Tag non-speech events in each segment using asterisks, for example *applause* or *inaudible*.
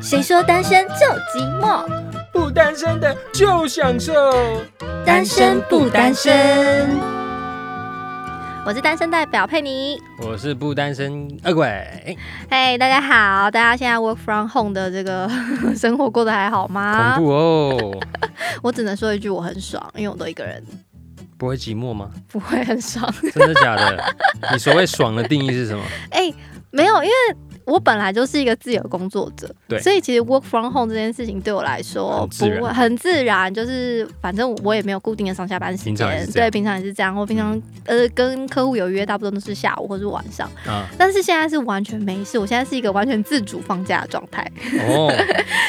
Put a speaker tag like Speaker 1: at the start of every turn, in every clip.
Speaker 1: 谁说单身就寂寞？
Speaker 2: 不单身的就享受。
Speaker 1: 单身不单身？我是单身代表佩妮。
Speaker 2: 我是不单身恶鬼，
Speaker 1: 嘿、大家好，大家现在 work from home 的这 *laughs* 个生活过得还好吗
Speaker 2: 恐？怖哦！
Speaker 1: 我只能说一句，我很爽，因为我都一个人，
Speaker 2: 不会寂寞吗？
Speaker 1: 不会很爽。 *laughs*
Speaker 2: 真的假的？你所谓爽的定义是什么？
Speaker 1: 哎、没有，因为我本来就是一个自由工作者，
Speaker 2: 对
Speaker 1: 所以其实 work from home 这件事情对我来说
Speaker 2: 很
Speaker 1: 不
Speaker 2: 自然
Speaker 1: 会很自然，就是反正我也没有固定的上下班时
Speaker 2: 平常也
Speaker 1: 间
Speaker 2: 是，这样
Speaker 1: 对，平常也是这样，我平常呃跟客户有约，大部分都是下午或是晚上，
Speaker 2: 啊，
Speaker 1: 但是现在是完全没事，我现在是一个完全自主放假的状态， *laughs*
Speaker 2: 哦，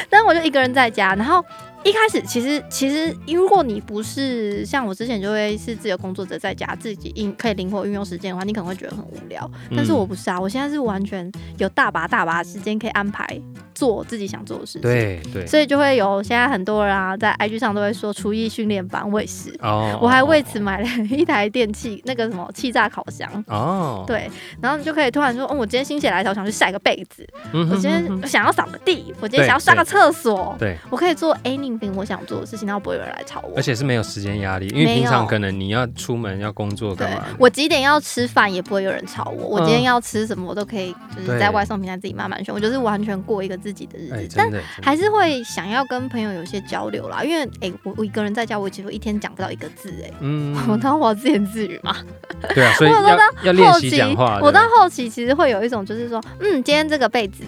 Speaker 1: 但我就一个人在家，然后。一开始其实其实，如果你不是像我之前就会是自由工作者，在家自己应可以灵活运用时间的话，你可能会觉得很无聊。但是我
Speaker 2: 嗯
Speaker 1: 不是啊，我现在是完全有大把大把的时间可以安排做自己想做的事情。，
Speaker 2: 对对
Speaker 1: 所以就会有现在很多人啊，在 IG 上都会说厨艺训练班，我也是，
Speaker 2: 哦，
Speaker 1: 我还
Speaker 2: 哦
Speaker 1: 为此买了一台电器那个什么气炸烤箱。
Speaker 2: 哦，
Speaker 1: 对，然后你就可以突然说，哦，我今天心血来潮，想去晒个被子，
Speaker 2: 嗯
Speaker 1: 我今天想要扫个地，我今天想要刷个厕所，
Speaker 2: 对，
Speaker 1: 我可以做 anything 我想做的事情，然后不会有人来吵我
Speaker 2: 而。且是没有时间压力，因为
Speaker 1: 没
Speaker 2: 平常
Speaker 1: 有
Speaker 2: 可能你要出门要工作
Speaker 1: 对
Speaker 2: 干嘛，
Speaker 1: 我几点要吃饭也不会有人吵我，我今天
Speaker 2: 嗯
Speaker 1: 要吃什么我都可以，就是
Speaker 2: 对
Speaker 1: 在外送平台自己慢慢选，我就是完全过一个自己的日
Speaker 2: 哎，
Speaker 1: 子，但
Speaker 2: 真的真的
Speaker 1: 还是会想要跟朋友有些交流啦，因为哎、我我一个人在家，我其实一天讲不到一个字哎、
Speaker 2: 嗯，
Speaker 1: 我当我要自言自语嘛，
Speaker 2: 对啊，所以
Speaker 1: 我都
Speaker 2: 要要练
Speaker 1: 后
Speaker 2: 习
Speaker 1: 期
Speaker 2: 讲话，
Speaker 1: 我
Speaker 2: 对
Speaker 1: 到后期其实会有一种就是说，嗯，今天这个被子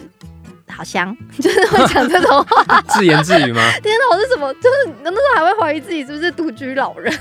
Speaker 1: 好香， *laughs* 就是会讲这种话。
Speaker 2: 自言自
Speaker 1: *laughs*
Speaker 2: 语吗？
Speaker 1: 天哪，我是什么？就是那时候还会怀疑自己是不是独居老人。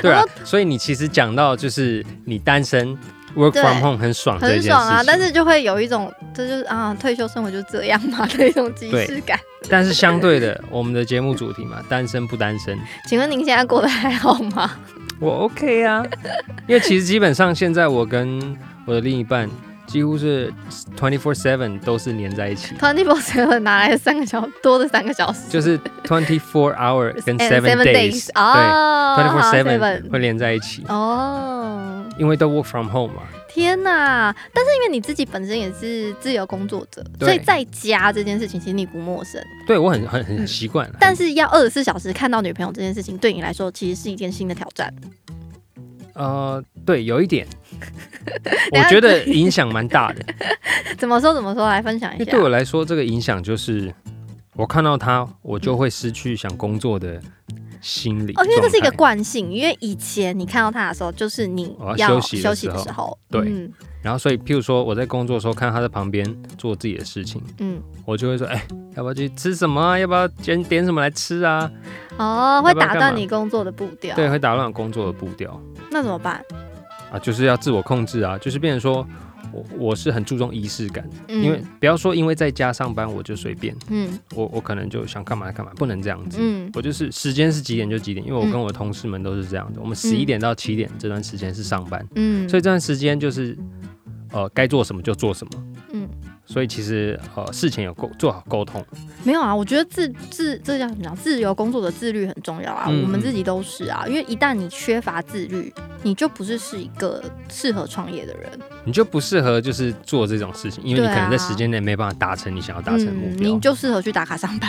Speaker 2: 对啊，所以你其实讲到就是你单身 work
Speaker 1: 对
Speaker 2: from home 很爽哦这件
Speaker 1: 很
Speaker 2: 事情，
Speaker 1: 爽啊，但是就会有一种，这就是啊，退休生活就这样 *laughs* 嘛的一种即视感。
Speaker 2: 但是相对的，我们的节目主题嘛，单身不单身，
Speaker 1: 请问您现在过得还好吗？，
Speaker 2: 我 OK 啊， *laughs* 因为其实基本上现在我跟我的另一半几乎是 twenty four seven 都是黏在一起
Speaker 1: Twenty Four Seven 拿来三个小多的三个小时，
Speaker 2: 就是 twenty four hour 跟
Speaker 1: And
Speaker 2: seven days 对
Speaker 1: 哦
Speaker 2: twenty four
Speaker 1: 好
Speaker 2: seven 会连在一起，
Speaker 1: 哦。
Speaker 2: 因为都 work from home 嘛，
Speaker 1: 天呐！但是因为你自己本身也是自由工作者，
Speaker 2: 对
Speaker 1: 所以在家这件事情其实你不陌生。
Speaker 2: 对我很很
Speaker 1: 嗯
Speaker 2: 很习惯了，啊
Speaker 1: 但是要二十四小时看到女朋友这件事情，对你来说其实是一件新的挑战。，
Speaker 2: 呃，对，有一点我觉得影响蛮大的。
Speaker 1: 怎么说怎么说，来分享
Speaker 2: 因
Speaker 1: 一
Speaker 2: 为
Speaker 1: 下
Speaker 2: 对。我来说，这个影响就是我看到他，我就会失去想工作的心理
Speaker 1: 哦，因为这是一个
Speaker 2: 状态
Speaker 1: 惯性，因为以前你看到他的时候，就是你
Speaker 2: 我要
Speaker 1: 要
Speaker 2: 休息的
Speaker 1: 休息的
Speaker 2: 时候
Speaker 1: 时候。
Speaker 2: 对
Speaker 1: 嗯
Speaker 2: 然后所以，譬如说我在工作的时候，看他在旁边做自己的事情，
Speaker 1: 嗯，
Speaker 2: 我就会说：“哎、要不要去吃什么啊？要不要点点什么来吃啊
Speaker 1: 哦，会
Speaker 2: 要不要
Speaker 1: 打
Speaker 2: 干
Speaker 1: 断
Speaker 2: 嘛
Speaker 1: 你工作的步？”调。
Speaker 2: 对，，会打乱我工作的步调
Speaker 1: 那怎么办？
Speaker 2: 啊，就是要自我控制啊，就是变成说我我是很注重仪式感，
Speaker 1: 嗯
Speaker 2: 因为不要说因为在家上班我就随便，
Speaker 1: 嗯
Speaker 2: 我我可能就想干嘛干嘛，不能这样子。
Speaker 1: 嗯
Speaker 2: 我就是时间是几点就几点，因为我跟我的同事们都是这样的。我们十一点到七点这段时间是上班，
Speaker 1: 嗯，
Speaker 2: 所
Speaker 1: 以
Speaker 2: 以这段时间就是呃该做什么就做什么。
Speaker 1: 嗯，
Speaker 2: 所以其实呃事情有沟做好沟通，
Speaker 1: 没有啊，我觉得自自这叫什么讲？自由工作的自律很重要啊，
Speaker 2: 嗯
Speaker 1: 我们
Speaker 2: 嗯
Speaker 1: 自己都是啊，因为一旦你缺乏自律，你就不是是一个适合创业的人，
Speaker 2: 你就不适合就是做这种事情，因为
Speaker 1: 对
Speaker 2: 你
Speaker 1: 啊
Speaker 2: 可能在时间内没办法达成你想要达成的目
Speaker 1: 嗯，
Speaker 2: 标。
Speaker 1: 你就适合去打卡上班，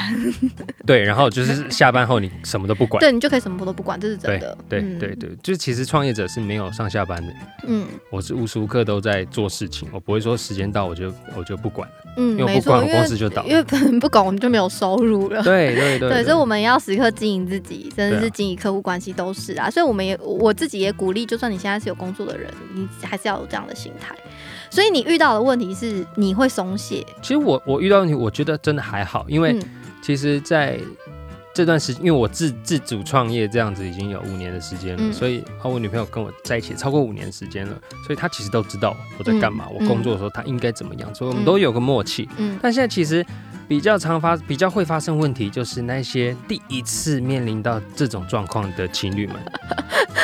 Speaker 2: 对，然后就是下班后你什么都不管。
Speaker 1: 对你就可以什么都不管，这是真的。
Speaker 2: 对
Speaker 1: 嗯
Speaker 2: 对，对，就是其实创业者是没有上下班的，
Speaker 1: 嗯
Speaker 2: 我是无时无刻都在做事情，我不会说时间到我就我就不管，
Speaker 1: *laughs* 嗯，
Speaker 2: 因为我
Speaker 1: 没
Speaker 2: 不管
Speaker 1: 错，
Speaker 2: 我
Speaker 1: 因
Speaker 2: 公司
Speaker 1: 为
Speaker 2: 就倒了。
Speaker 1: 因为不管我们就没有收入了。
Speaker 2: 对对对
Speaker 1: 对，所以我们要时刻经营自己，甚至
Speaker 2: 对
Speaker 1: 是
Speaker 2: 啊
Speaker 1: 经营客户关系都是啊。所以我们也我自己也鼓励，就算你现在是有工作的人，你还是要有这样的心态。所以你遇到的问题是你会松懈，
Speaker 2: 其实我我遇到问题，我觉得真的还好，因为
Speaker 1: 嗯
Speaker 2: 其实在这段时间，因为我自自主创业这样子已经有五年的时间了，
Speaker 1: 嗯
Speaker 2: 所以啊，我女朋友跟我在一起超过五年时间了，所以她其实都知道我在干嘛，
Speaker 1: 嗯
Speaker 2: 我工作的时候她应该怎么样，所以我们都有个默契。
Speaker 1: 嗯
Speaker 2: 但现在其实比较常发、比较会发生问题，就是那些第一次面临到这种状况的
Speaker 1: *laughs*
Speaker 2: 情侣们。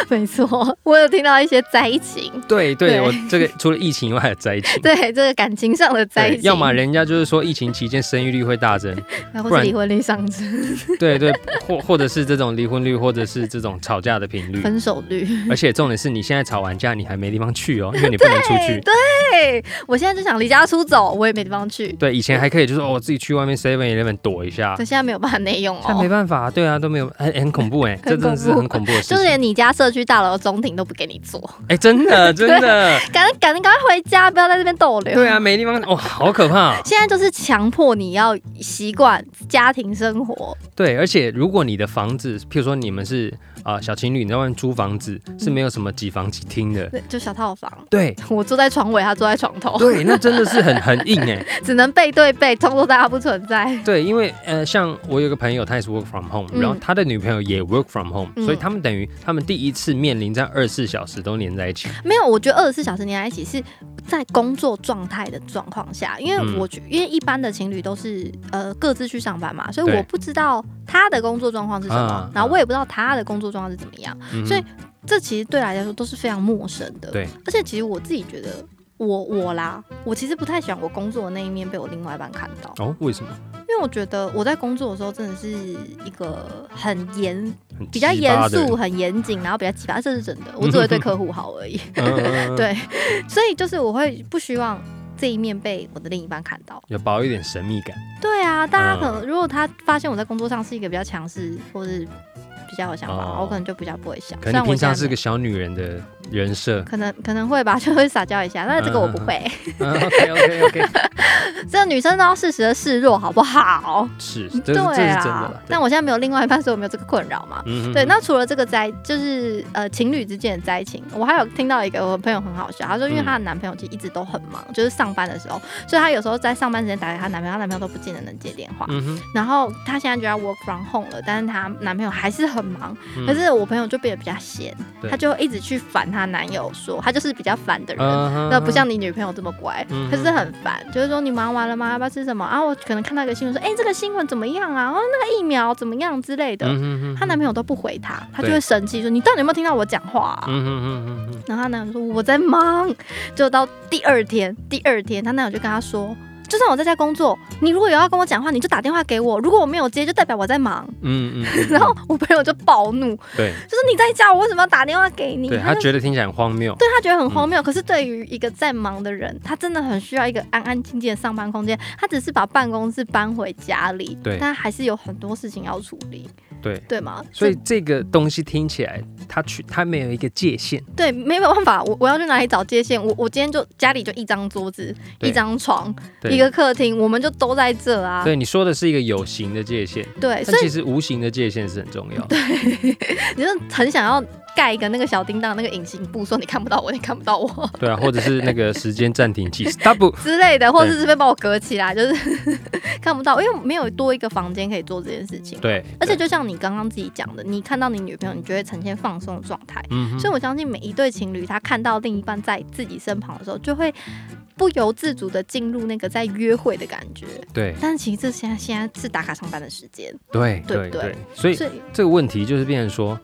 Speaker 1: 没错，我有听到一些灾情，
Speaker 2: 对对，
Speaker 1: 对
Speaker 2: 我这个除了疫情以外还有灾
Speaker 1: *laughs*
Speaker 2: 情。
Speaker 1: 对这个感情上的灾
Speaker 2: 对
Speaker 1: 情，
Speaker 2: 要么人家就是说疫情期间生育率会大增，
Speaker 1: 然后
Speaker 2: 不
Speaker 1: 是
Speaker 2: 然
Speaker 1: 离婚率上升、
Speaker 2: *laughs* 对对，或或者是这种离婚率，或者是这种吵架的频率。
Speaker 1: 分手率。
Speaker 2: 而且重点是你现在吵完架，你还没地方去 *laughs* 哦，因为你不能出去。
Speaker 1: 对，我现在就想离家出走，我也没地方去。
Speaker 2: 对，以前还可以，就是哦，我自己去外面 Seven Eleven 躲一下，
Speaker 1: 但现在没有办法内用
Speaker 2: 但啊没
Speaker 1: 哦，
Speaker 2: 办法，对啊，都没有，很 *laughs* 很恐怖哎，这真的是很恐怖的事
Speaker 1: 就
Speaker 2: 情。
Speaker 1: 连你家社区大楼的中庭都不给你坐，
Speaker 2: 哎，真 *laughs* 的真的，
Speaker 1: 赶赶赶快回家，不要在这边逗留。
Speaker 2: 对啊，，没地方，哇，好可怕哦。
Speaker 1: 现在就是强迫你要习惯家庭生活，
Speaker 2: 对，而且如果你的房子，譬如说你们是啊、呃小情侣，你在外面租房子是没有什么几房几厅的，
Speaker 1: 对就小套房。
Speaker 2: 对
Speaker 1: 我坐在床尾，他坐在床头，
Speaker 2: 对，那真的是很很硬哎。
Speaker 1: 只能背对背，装作大家不存在。
Speaker 2: 对，因为呃，像我有个朋友，他也是 work from home，、
Speaker 1: 嗯
Speaker 2: 然后他的女朋友也 work from home，、
Speaker 1: 嗯
Speaker 2: 所以他们等于他们第一次面临在二十四小时都连在一起。
Speaker 1: 没有，我觉得二十四小时黏在一起是在工作状态的状况下，因
Speaker 2: 嗯
Speaker 1: 为我觉、因为一般的情侣都是呃各自去上班嘛，所以
Speaker 2: 对
Speaker 1: 我不知道他的工作状况是什么，
Speaker 2: 啊
Speaker 1: 然后我也不知道他的工作状况是怎么样，
Speaker 2: 嗯
Speaker 1: 所以这其实对来说都是非常陌生的。
Speaker 2: 对，
Speaker 1: 而且其实我自己觉得。我我啦，我其实不太喜欢我工作的那一面被我另外一半看到，
Speaker 2: 哦，为什么？
Speaker 1: 因为我觉得我在工作的时候真的是一个很严、
Speaker 2: 很
Speaker 1: 比较
Speaker 2: 鸡
Speaker 1: 严
Speaker 2: 巴的
Speaker 1: 肃、很严谨，然后比较奇葩，这是真的。我只会对客户好而已。
Speaker 2: 嗯嗯
Speaker 1: *laughs*
Speaker 2: 嗯
Speaker 1: 对，所以就是我会不希望这一面被我的另一半看到。
Speaker 2: 有保有一点神秘感。
Speaker 1: 对啊，大
Speaker 2: 嗯
Speaker 1: 家可能、如果他发现我在工作上是一个比较强势，或是比较有想法，
Speaker 2: 哦
Speaker 1: 我可能就比较不会想。
Speaker 2: 可
Speaker 1: 虽
Speaker 2: 能
Speaker 1: 然
Speaker 2: 你
Speaker 1: 我
Speaker 2: 平常
Speaker 1: 现在
Speaker 2: 是
Speaker 1: 没。
Speaker 2: 个小女人的人设
Speaker 1: 可能可能会吧， *laughs* 就会撒娇一下，但是这个我不会。
Speaker 2: 嗯，OK OK OK，
Speaker 1: *laughs* 这个女生都要适时的示弱，好不好？
Speaker 2: 是，这是这
Speaker 1: 对
Speaker 2: 是真的
Speaker 1: 啊
Speaker 2: 啦。。
Speaker 1: 但
Speaker 2: 我
Speaker 1: 我现在没有另外一半，所以我没有这个困扰嘛。
Speaker 2: 嗯嗯
Speaker 1: 对，
Speaker 2: 嗯
Speaker 1: 那除了这个灾，就是呃情侣之间的灾情，我还有听到一个我朋友很好笑，她说因为她
Speaker 2: 嗯
Speaker 1: 的男朋友其实一直都很忙，就是上班的时候，所以她有时候在上班时间打给她男朋友，她男朋友都不见得能接电话。
Speaker 2: 嗯哼
Speaker 1: 然后她现在就要 work from home 了，但是她男朋友还是很忙，
Speaker 2: 嗯
Speaker 1: 可是我朋友就变得比较闲
Speaker 2: 对，
Speaker 1: 她就一直去烦她男友说，她就是比较烦的人。
Speaker 2: 嗯哼
Speaker 1: 那不像你女朋友这么乖
Speaker 2: 嗯，
Speaker 1: 可是很烦，就是说你忙完了吗？要不要吃什么？啊，我可能看到一个新闻说，哎、这个新闻怎么样啊？哦，那个疫苗怎么样之类的。
Speaker 2: 嗯哼哼
Speaker 1: 她男朋友都不回她，她就
Speaker 2: 对
Speaker 1: 会生气说：“你到底有没有听到我讲话、啊？”
Speaker 2: 嗯哼哼哼哼，
Speaker 1: 然后她男友说：“我在忙。”就到第二天，第二天她男友就跟她说：“就算我在家工作，你如果有要跟我讲话，你就打电话给我。如果我没有接，就代表我在忙。
Speaker 2: 嗯嗯”嗯，
Speaker 1: *laughs* 然后我朋友就暴怒，就
Speaker 2: 对
Speaker 1: 是你在家，我为什么要打电话给你？
Speaker 2: 对，
Speaker 1: 她
Speaker 2: 他
Speaker 1: 就
Speaker 2: 觉得嗯听起来很荒谬。
Speaker 1: 对她觉得很荒谬。可是对于一个在忙的人，她真的很需要一个安安静静的上班空间。她只是把办公室搬回家里，
Speaker 2: 对
Speaker 1: 但还是有很多事情要处理，
Speaker 2: 对，
Speaker 1: 对吗？
Speaker 2: 所以这个东西听起来，它去它没有一个界限。
Speaker 1: 对，没有办法，我我要去哪里找界限？我我今天就家里就一张桌子、
Speaker 2: 对
Speaker 1: 一张床、
Speaker 2: 对
Speaker 1: 一个客厅，我们就都在这啊。
Speaker 2: 对，你说的是一个有形的界限，
Speaker 1: 对，
Speaker 2: 但
Speaker 1: 所以
Speaker 2: 其实无形的界限是很重要。
Speaker 1: 你就很想要盖一个那个小叮当那个隐形布，说你看不到我，你看不到我 *laughs*
Speaker 2: 对啊，或者是那个时间暂停器 stop。
Speaker 1: 之类的，或者是这边把我隔起来，就是 *laughs* 看不到，因为没有多一个房间可以做这件事情。
Speaker 2: 对，
Speaker 1: 而且
Speaker 2: 对
Speaker 1: 就像你刚刚自己讲的，你看到你女朋友，你就会呈现放松的状态。
Speaker 2: 嗯哼，
Speaker 1: 所以我相信每一对情侣，他看到另一半在自己身旁的时候，就会不由自主的进入那个在约会的感觉。
Speaker 2: 对
Speaker 1: 但其实这现在现在是打卡上班的时间，
Speaker 2: 对
Speaker 1: 对
Speaker 2: 对
Speaker 1: 对
Speaker 2: 对，所以
Speaker 1: 所以
Speaker 2: 这个问题就是变成说，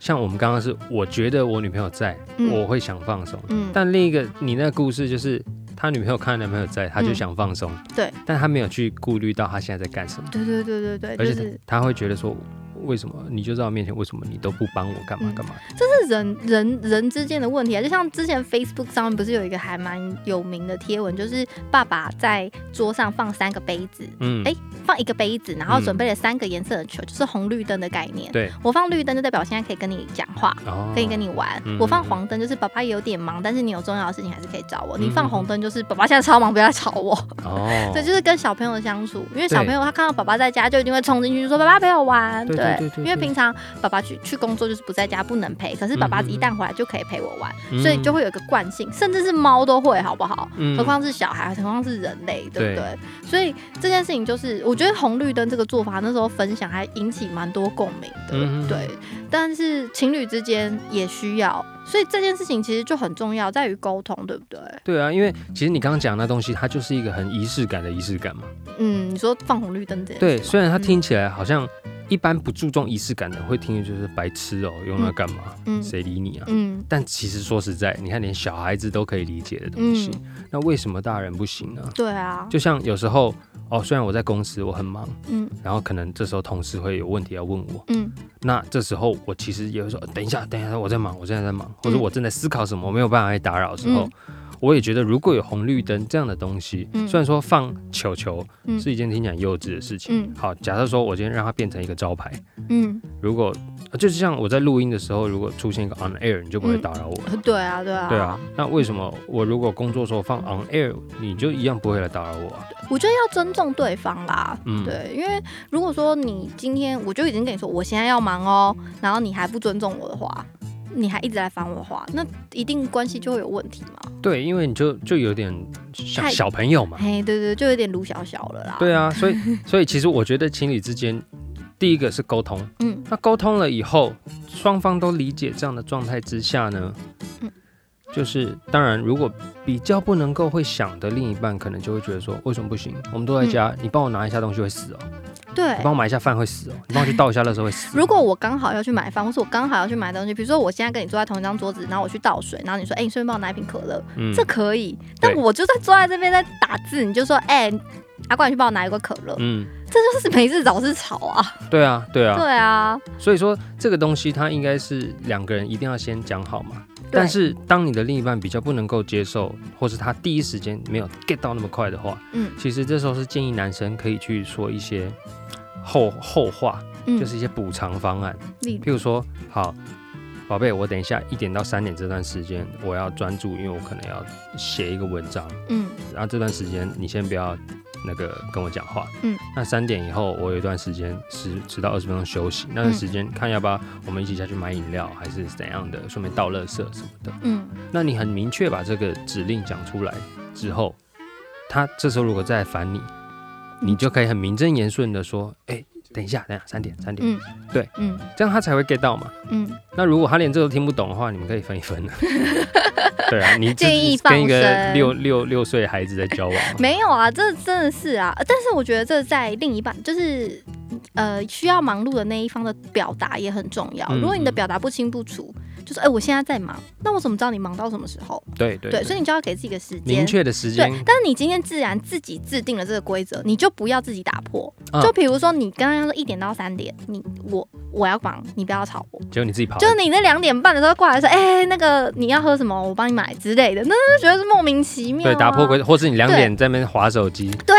Speaker 2: 像我们刚刚是，我觉得我女朋友在，
Speaker 1: 嗯
Speaker 2: 我会想放松。
Speaker 1: 嗯，
Speaker 2: 但另一个你那个故事就是，他女朋友看到男朋友在，他就
Speaker 1: 嗯
Speaker 2: 想放松，
Speaker 1: 对，
Speaker 2: 但他没有去顾虑到他现在在干什么，
Speaker 1: 对对对对
Speaker 2: 而
Speaker 1: 对，就
Speaker 2: 且
Speaker 1: 是
Speaker 2: 他他会觉得说，为什么你就在我面前，为什么你都不帮我干嘛
Speaker 1: 嗯
Speaker 2: 干嘛？
Speaker 1: 这是人人人之间的问题啊。就像之前 Facebook 上面不是有一个还蛮有名的贴文，就是爸爸在桌上放三个杯子，
Speaker 2: 嗯，
Speaker 1: 哎放一个杯子，然后
Speaker 2: 嗯
Speaker 1: 准备了三个颜色的球，就是红绿灯的概念。
Speaker 2: 对，
Speaker 1: 我放绿灯就代表我现在可以跟你讲话。
Speaker 2: 哦
Speaker 1: 可以跟你玩，
Speaker 2: 嗯
Speaker 1: 我放黄灯就是爸爸有点忙，但是你有重要的事情还是可以找我。
Speaker 2: 嗯
Speaker 1: 你放红灯就是爸爸现在超忙，不要来吵我。
Speaker 2: 哦，
Speaker 1: 对，就是跟小朋友的相处，因为小朋友他看到爸爸在家，就一定会冲进去说：“爸爸陪我玩。”
Speaker 2: 对对对对
Speaker 1: 因为
Speaker 2: 对
Speaker 1: 平常爸爸去去工作就是不在家，不能陪，可是爸爸
Speaker 2: 嗯嗯
Speaker 1: 一旦回来就可以陪我玩，
Speaker 2: 嗯
Speaker 1: 所以就会有一个惯性，甚至是猫都会，好不好？
Speaker 2: 嗯
Speaker 1: 何况是小孩，何况是人类，对不对？
Speaker 2: 对
Speaker 1: 所以这件事情就是，我觉得红绿灯这个做法那时候分享还引起蛮多共鸣的，
Speaker 2: 嗯嗯嗯
Speaker 1: 对。但是情侣之间也需要，所以这件事情其实就很重要，在于沟通，对不对？
Speaker 2: 对啊，因为其实你刚刚讲的那东西，它就是一个很仪式感的仪式感嘛。
Speaker 1: 嗯，你说放红绿灯这件
Speaker 2: 对，
Speaker 1: 事
Speaker 2: 虽然它
Speaker 1: 嗯
Speaker 2: 听起来好像一般不注重仪式感的人会听，就是白痴哦、用那干嘛？
Speaker 1: 嗯
Speaker 2: 谁理你啊？
Speaker 1: 嗯
Speaker 2: 但其实说实在，你看连小孩子都可以理解的东西，
Speaker 1: 嗯，
Speaker 2: 那为什么大人不行呢？
Speaker 1: 对啊，
Speaker 2: 就像有时候哦，虽然我在公司我很忙，
Speaker 1: 嗯
Speaker 2: 然后可能这时候同事会有问题要问我，
Speaker 1: 嗯
Speaker 2: 那这时候我其实也会说，呃等一下，等一下，我在忙，我现在在忙，或者
Speaker 1: 嗯
Speaker 2: 我正在思考什么，我没有办法去打扰的时候。我也觉得，如果有红绿灯这样的东西，
Speaker 1: 嗯
Speaker 2: 虽然说放球球
Speaker 1: 嗯
Speaker 2: 是一件听起来很幼稚的事情，
Speaker 1: 嗯
Speaker 2: 好，假设说我今天让它变成一个招牌，
Speaker 1: 嗯， *laughs*
Speaker 2: 如果呃就是像我在录音的时候，如果出现一个 on air，你就不会打扰我。
Speaker 1: 对啊对啊
Speaker 2: 对啊，，那为什么我如果工作时候放 on air，你就一样不会来打扰我、啊？
Speaker 1: 我觉得要尊重对方啦。
Speaker 2: 嗯，，
Speaker 1: 对，因为如果说你今天我就已经跟你说我现在要忙哦，然后你还不尊重我的话，你还一直来烦我的话，那一定关系就会有问题嘛。
Speaker 2: 对，因为你就就有点像
Speaker 1: 太
Speaker 2: 小朋友嘛。
Speaker 1: 嘿，对对，就有点鲁小小了啦。
Speaker 2: 对
Speaker 1: *laughs*
Speaker 2: 啊，所以所以其实我觉得情侣之间，第一个是沟通，
Speaker 1: 嗯，
Speaker 2: 那沟通了以后，双方都理解这样的状态之下呢
Speaker 1: 嗯，
Speaker 2: 就是当然，如果比较不能够会想的另一半，可能就会觉得说，为什么不行？我们都在家，你帮我拿一下东西会死哦，
Speaker 1: 嗯对
Speaker 2: 你。帮我买一下饭会死哦，你帮我去倒一下垃圾会死哦。
Speaker 1: 如果我刚好要去买饭，或是我刚好要去买东西，比如说我现在跟你坐在同一张桌子，然后我去倒水，然后你说，哎、你顺便帮我拿一瓶可乐，
Speaker 2: 嗯
Speaker 1: 这可以。但我就在坐在这边在打字，你就说，哎、阿冠，你去帮我拿一个可乐，
Speaker 2: 嗯，
Speaker 1: 这就是没事找事吵啊。
Speaker 2: 对啊，对啊，
Speaker 1: 对啊，
Speaker 2: 所以说这个东西它应该是两个人一定要先讲好嘛。但是当你的另一半比较不能够接受，或是他第一时间
Speaker 1: *laughs*
Speaker 2: 没有 get 到那么快的话，
Speaker 1: 嗯
Speaker 2: 其实这时候是建议男生可以去说一些后后话，
Speaker 1: 嗯
Speaker 2: 就是一些补偿方案，
Speaker 1: 例
Speaker 2: 譬如说，好。宝贝，我等一下一点到三点这段时间，我要专注，因为我可能要写一个文章。
Speaker 1: 嗯
Speaker 2: 然后这段时间你先不要那个跟我讲话，
Speaker 1: 嗯，
Speaker 2: 那三点以后我有一段时间十十到二十分钟休息，
Speaker 1: 嗯
Speaker 2: 那段时间看要不要我们一起下去买饮料，还是怎样的，顺便倒垃圾什么的。
Speaker 1: 嗯
Speaker 2: 那你很明确把这个指令讲出来之后，他这时候如果再来烦你，你就可以很名正言顺的说，哎、等一下，等一下，三点，三点，
Speaker 1: 嗯，
Speaker 2: 对，
Speaker 1: 嗯
Speaker 2: 这样他才会 get 到嘛。
Speaker 1: 嗯，
Speaker 2: 那如果他连这都听不懂的话，你们可以分
Speaker 1: *laughs*
Speaker 2: 一分了。对啊，你
Speaker 1: 建议
Speaker 2: 自己跟
Speaker 1: 放
Speaker 2: 一个
Speaker 1: 生
Speaker 2: 六六六岁孩子在交往嘛，
Speaker 1: 没有啊，这真的是啊，但是我觉得这在另一半就是。呃，需要忙碌的那一方的表达也很重要。
Speaker 2: 嗯
Speaker 1: 如果你的
Speaker 2: 嗯
Speaker 1: 表达不清不楚，就是哎、我现在在忙，那我怎么知道你忙到什么时候？
Speaker 2: 对对
Speaker 1: 对，所以你就要给自己一个时间
Speaker 2: 明。确的时
Speaker 1: 对
Speaker 2: 间，，
Speaker 1: 但是你今天自然自己制定了这个规则，你就不要自己打破。
Speaker 2: 嗯
Speaker 1: 就比如说你刚刚说一点到三点，你我我要忙，你不要吵我。
Speaker 2: 结果你自己跑了，
Speaker 1: 就是你那两点半的时候过来说，哎、那个你要喝什么，我帮你买之类的，那就觉得是莫名其妙、啊。
Speaker 2: 对打破规则，或是你两点在那边划手机，
Speaker 1: 对。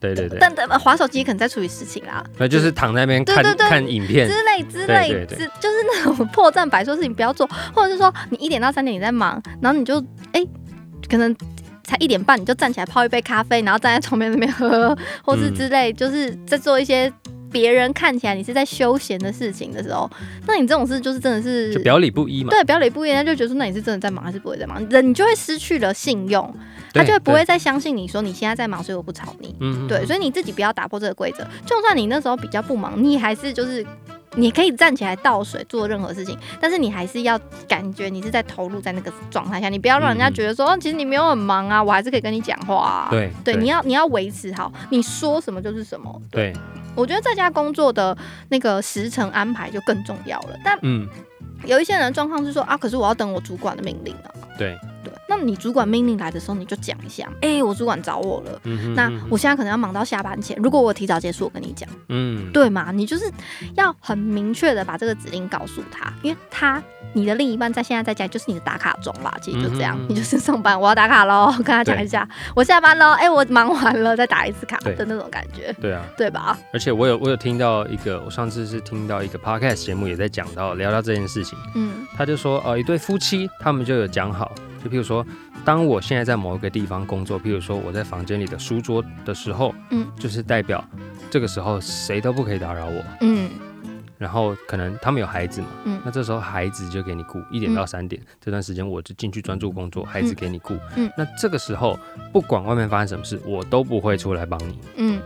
Speaker 2: 对对对，
Speaker 1: 但但划手机可能在处理事情啦，
Speaker 2: 那就是躺在那边
Speaker 1: 对
Speaker 2: 看
Speaker 1: 对对
Speaker 2: 看影片，
Speaker 1: 之类之类
Speaker 2: 对对对
Speaker 1: 之，就是那种破绽百出的事情不要做，或者是说你一点到三点你在忙，然后你就哎、可能才一点半你就站起来泡一杯咖啡，然后站在床边那边喝，或
Speaker 2: 嗯
Speaker 1: 是之类，就是在做一些别人看起来你是在休闲的事情的时候，那你这种事就是真的是
Speaker 2: 就表里不一嘛，
Speaker 1: 对表里不一，人家就觉得说那你是真的在忙还是不会在忙，人你就会失去了信用，他
Speaker 2: 对
Speaker 1: 就会不会
Speaker 2: 对
Speaker 1: 再相信你说你现在在忙，所以我不吵你。
Speaker 2: 嗯
Speaker 1: 对，所以你自己不要打破这个规则。就算你那时候比较不忙，你还是就是你可以站起来倒水做任何事情，但是你还是要感觉你是在投入在那个状态下，你不要让人家
Speaker 2: 嗯嗯
Speaker 1: 觉得说，哦，其实你没有很忙啊，我还是可以跟你讲话啊。
Speaker 2: 以。对
Speaker 1: 对，你要你要维持好，你说什么就是什么。
Speaker 2: 对，
Speaker 1: 我觉得在家工作的那个时程安排就更重要了。但
Speaker 2: 嗯
Speaker 1: 有一些人的状况是说啊，可是我要等我主管的命令啊。
Speaker 2: 对，
Speaker 1: 对，那你主管命令来的时候，你就讲一下，哎、我主管找我了，
Speaker 2: 嗯哼
Speaker 1: 那
Speaker 2: 嗯哼
Speaker 1: 我现在可能要忙到下班前，如果我提早结束，我跟你讲，
Speaker 2: 嗯
Speaker 1: 对嘛？你就是要很明确的把这个指令告诉他，因为他你的另一半在现在在家就是你的打卡钟啦，其实就这样，
Speaker 2: 嗯
Speaker 1: 你就是上班我要打卡
Speaker 2: *laughs*
Speaker 1: 喽，跟他讲一下，我下班喽，哎、我忙完了再打一次卡
Speaker 2: 对
Speaker 1: 的那种感觉，
Speaker 2: 对啊，
Speaker 1: 对吧？
Speaker 2: 而且我有我有听到一个，我上次是听到一个 podcast 节目也在讲到聊到这件事情，
Speaker 1: 嗯
Speaker 2: 他就说呃一对夫妻他们就有讲好，就譬如说当我现在在某一个地方工作，譬如说我在房间里的书桌的时候，
Speaker 1: 嗯
Speaker 2: 就是代表这个时候谁都不可以打扰我，
Speaker 1: 嗯
Speaker 2: 然后可能他们有孩子嘛，
Speaker 1: 嗯
Speaker 2: 那这时候孩子就给你顾一点到三点、这段时间，我就进去专注工作，孩子给你顾，
Speaker 1: 嗯
Speaker 2: 那这个时候不管外面发生什么事，我都不会出来帮你。
Speaker 1: 嗯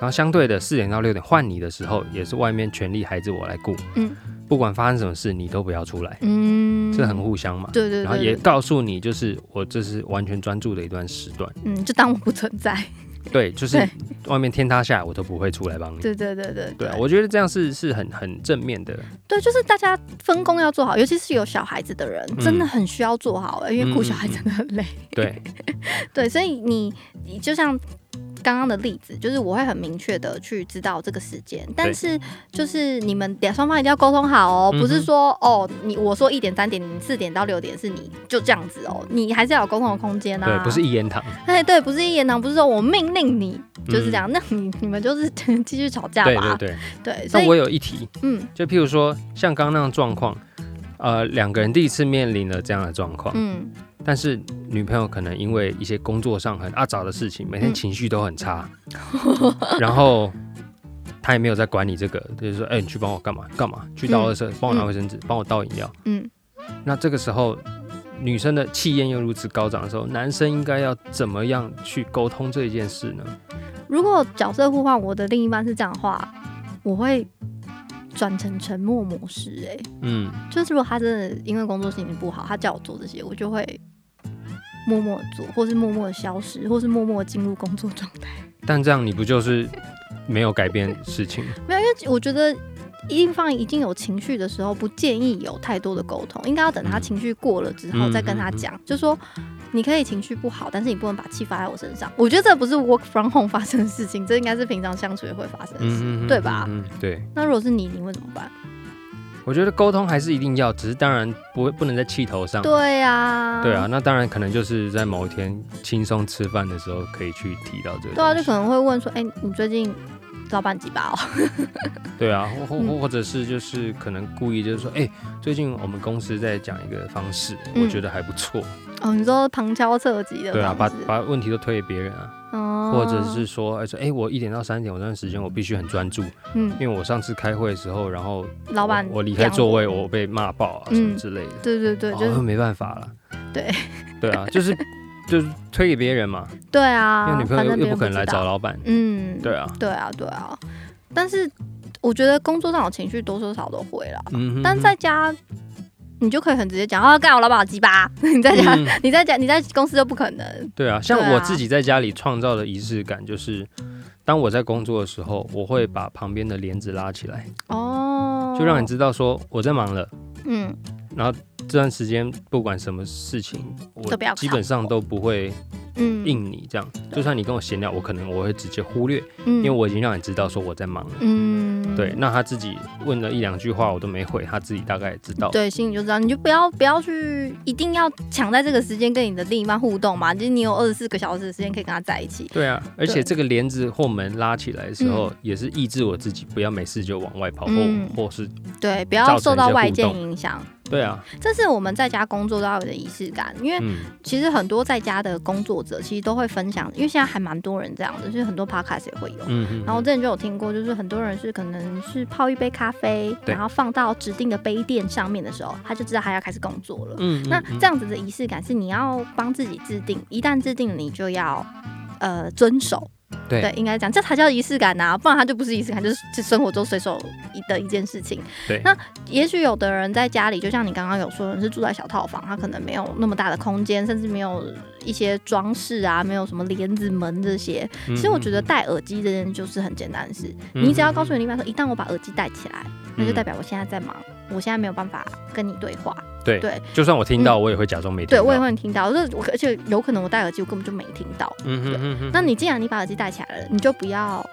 Speaker 2: 然后相对的，四点到六点换你的时候，也是外面全力孩子我来顾，
Speaker 1: 嗯，
Speaker 2: 不管发生什么事，你都不要出来，
Speaker 1: 嗯，
Speaker 2: 这很互相嘛。
Speaker 1: 对对对，
Speaker 2: 然后也
Speaker 1: 对
Speaker 2: 告诉你，就是我这是完全专注的一段时段，
Speaker 1: 嗯，就当我不存在，
Speaker 2: 对，就是
Speaker 1: 对
Speaker 2: 外面天塌下来，我都不会出来帮你。
Speaker 1: 对对对对
Speaker 2: 对啊，我觉得这样是是很很正面的，
Speaker 1: 对，就是大家分工要做好，尤其是有小孩子的人，
Speaker 2: 嗯
Speaker 1: 真的很需要做好、欸，因为顾小孩真的很累。
Speaker 2: 对，
Speaker 1: *laughs* 对，所以你你就像刚刚的例子，就是我会很明确的去知道这个时间，但是就是你们两双方一定要沟通好哦，
Speaker 2: 嗯哼
Speaker 1: 不是说哦你我说一点三点，你四点到六点是你就这样子哦，你还是要有沟通的空间啊。
Speaker 2: 对，不是一言堂，
Speaker 1: 哎对，不是一言堂，不是说我命令你就是这样，那你你们就是 *laughs* 继续吵架
Speaker 2: 对嗯对
Speaker 1: 吧。
Speaker 2: 对。
Speaker 1: 对所
Speaker 2: 那我
Speaker 1: 以
Speaker 2: 有一题，
Speaker 1: 嗯
Speaker 2: 就譬如说像刚刚那样状况，呃，两个人第一次面临了这样的状况，
Speaker 1: 嗯
Speaker 2: 但是女朋友可能因为一些工作上很阿杂的事情，每天情绪都
Speaker 1: *laughs*
Speaker 2: 很差，然后她也没有在管你这个，就是说，哎、你去帮我干嘛干嘛，去倒垃圾，帮我拿卫生纸，帮我倒饮料。
Speaker 1: 嗯，
Speaker 2: 那这个时候，女生的气焰又如此高涨的时候，男生应该要怎么样去沟通这一件事呢？
Speaker 1: 如果角色互换，我的另一半是这样的话，我会转成沉默模式、哎。
Speaker 2: 嗯，
Speaker 1: 就是如果他真的因为工作心情不好，他叫我做这些，我就会默默地做，或是默默的消失，或是默默地进入工作状态。
Speaker 2: 但这样你不就是没有改变事情？
Speaker 1: 没有，因为我觉得一方已经有情绪的时候，不建议有太多的沟通，应该要等他情绪过了之后
Speaker 2: 嗯
Speaker 1: 再跟他讲，就说。你可以情绪不好，但是你不能把气发在我身上。我觉得这不是 work from home 发生的事情，这应该是平常相处也会发生的事，
Speaker 2: 嗯
Speaker 1: 对吧？
Speaker 2: 嗯，嗯对，
Speaker 1: 那如果是你，你会怎么办？
Speaker 2: 我觉得沟通还是一定要，只是当然不会不能在气头上。
Speaker 1: 对啊，
Speaker 2: 对啊，，那当然可能就是在某一天轻松吃饭的时候可以去提到这个东西。
Speaker 1: 对啊，就可能会问说，哎、你最近老板几把哦？ *laughs*
Speaker 2: 对啊，或或
Speaker 1: 嗯
Speaker 2: 或者是就是可能故意就是说，哎、最近我们公司在讲一个方式，
Speaker 1: 嗯
Speaker 2: 我觉得还不错。
Speaker 1: 哦，你说旁敲侧击的
Speaker 2: 对啊，把
Speaker 1: 方式
Speaker 2: 把问题都推给别人啊，
Speaker 1: 哦，
Speaker 2: 或者是说，哎、说哎、我一点到三点我这段时间我必须很专注，
Speaker 1: 嗯，
Speaker 2: 因为我上次开会的时候，然后
Speaker 1: 老板
Speaker 2: 我我离开
Speaker 1: 讲
Speaker 2: 座位，我被骂爆啊
Speaker 1: 嗯
Speaker 2: 什么之类的，
Speaker 1: 对对对，就是、嗯
Speaker 2: 哦没办法了。
Speaker 1: 对
Speaker 2: *laughs* 对啊，就是就是推给别人嘛，
Speaker 1: 对
Speaker 2: 因为
Speaker 1: 啊
Speaker 2: 女，朋
Speaker 1: 反
Speaker 2: 友
Speaker 1: 正别
Speaker 2: 又
Speaker 1: 人
Speaker 2: 又不可能
Speaker 1: 知
Speaker 2: 来
Speaker 1: 道
Speaker 2: 找，老板。
Speaker 1: 嗯，
Speaker 2: 对啊，
Speaker 1: 对啊对啊，但是我觉得工作上有情绪多多少少都会啦，
Speaker 2: 嗯哼
Speaker 1: 但在家。你就可以很直接讲啊，干我老板鸡巴！ *laughs* 你在家，
Speaker 2: 嗯
Speaker 1: 你在家，你在公司就不可能。
Speaker 2: 对啊，
Speaker 1: *laughs*
Speaker 2: 像
Speaker 1: 对啊
Speaker 2: 我自己在家里创造的仪式感，就是当我在工作的时候，我会把旁边的帘子拉起来，
Speaker 1: 哦，
Speaker 2: 就让你知道说我在忙了。
Speaker 1: 嗯，
Speaker 2: 然后这段时间不管什么事情，我
Speaker 1: 都不要靠
Speaker 2: 基本上都不会
Speaker 1: 嗯
Speaker 2: 应你这样。就算你跟我闲聊，我可能我会直接忽略，
Speaker 1: 嗯
Speaker 2: 因为我已经让你知道说我在忙了。
Speaker 1: 嗯
Speaker 2: 对，那他自己问了一两句话，我都没回，他自己大概也知道。
Speaker 1: 对，心里就知道，你就不要不要去，一定要抢在这个时间跟你的另一半互动嘛，就是你有二十四个小时的时间可以跟他在一起。
Speaker 2: 对啊，而且这个帘子或门拉起来的时候，也是抑制我自己不要没事就往外跑，
Speaker 1: 嗯
Speaker 2: 或或是
Speaker 1: 对，不
Speaker 2: 造
Speaker 1: 要
Speaker 2: 成
Speaker 1: 受
Speaker 2: 一
Speaker 1: 到
Speaker 2: 些
Speaker 1: 外
Speaker 2: 互
Speaker 1: 界
Speaker 2: 动
Speaker 1: 影响，
Speaker 2: 对啊，
Speaker 1: 这是我们在家工作都要有的仪式感。因为
Speaker 2: 嗯。
Speaker 1: 其实很多在家的工作者其实都会分享，因为现在还蛮多人这样的，就是很多 podcast 也会有。
Speaker 2: 嗯哼，
Speaker 1: 然后之前就有听过，就是很多人是可能是泡一杯咖啡，
Speaker 2: 对
Speaker 1: 然后放到指定的杯垫上面的时候，他就知道他要开始工作了。
Speaker 2: 嗯，嗯
Speaker 1: 那
Speaker 2: 嗯
Speaker 1: 这样子的仪式感是你要帮自己制定，一旦制定了，你就要呃遵守。
Speaker 2: 对
Speaker 1: 应该讲这才叫仪式感啊呐、不然它就不是仪式感，就是就生活中随手一的一件事情。
Speaker 2: 对
Speaker 1: 那也许有的人在家里，就像你刚刚有说，人是住在小套房，他可能没有那么大的空间，甚至没有一些装饰啊，没有什么帘子、门这些。
Speaker 2: 嗯
Speaker 1: 其实我觉得
Speaker 2: 嗯
Speaker 1: 戴耳机这件就是很简单的事，
Speaker 2: 嗯
Speaker 1: 你只要告诉你另一半说，一旦我把耳机戴起来，那就
Speaker 2: 嗯
Speaker 1: 代表我现在在忙，我现在没有办法跟你对话。
Speaker 2: 对
Speaker 1: 对
Speaker 2: 就算我听到，我也会假装没听
Speaker 1: 嗯对，
Speaker 2: 到。
Speaker 1: 我也会听到，就是我而且有可能我戴耳机，我根本就没听到。
Speaker 2: 嗯哼嗯哼，
Speaker 1: 那你既然你把耳机戴起来了，你就不要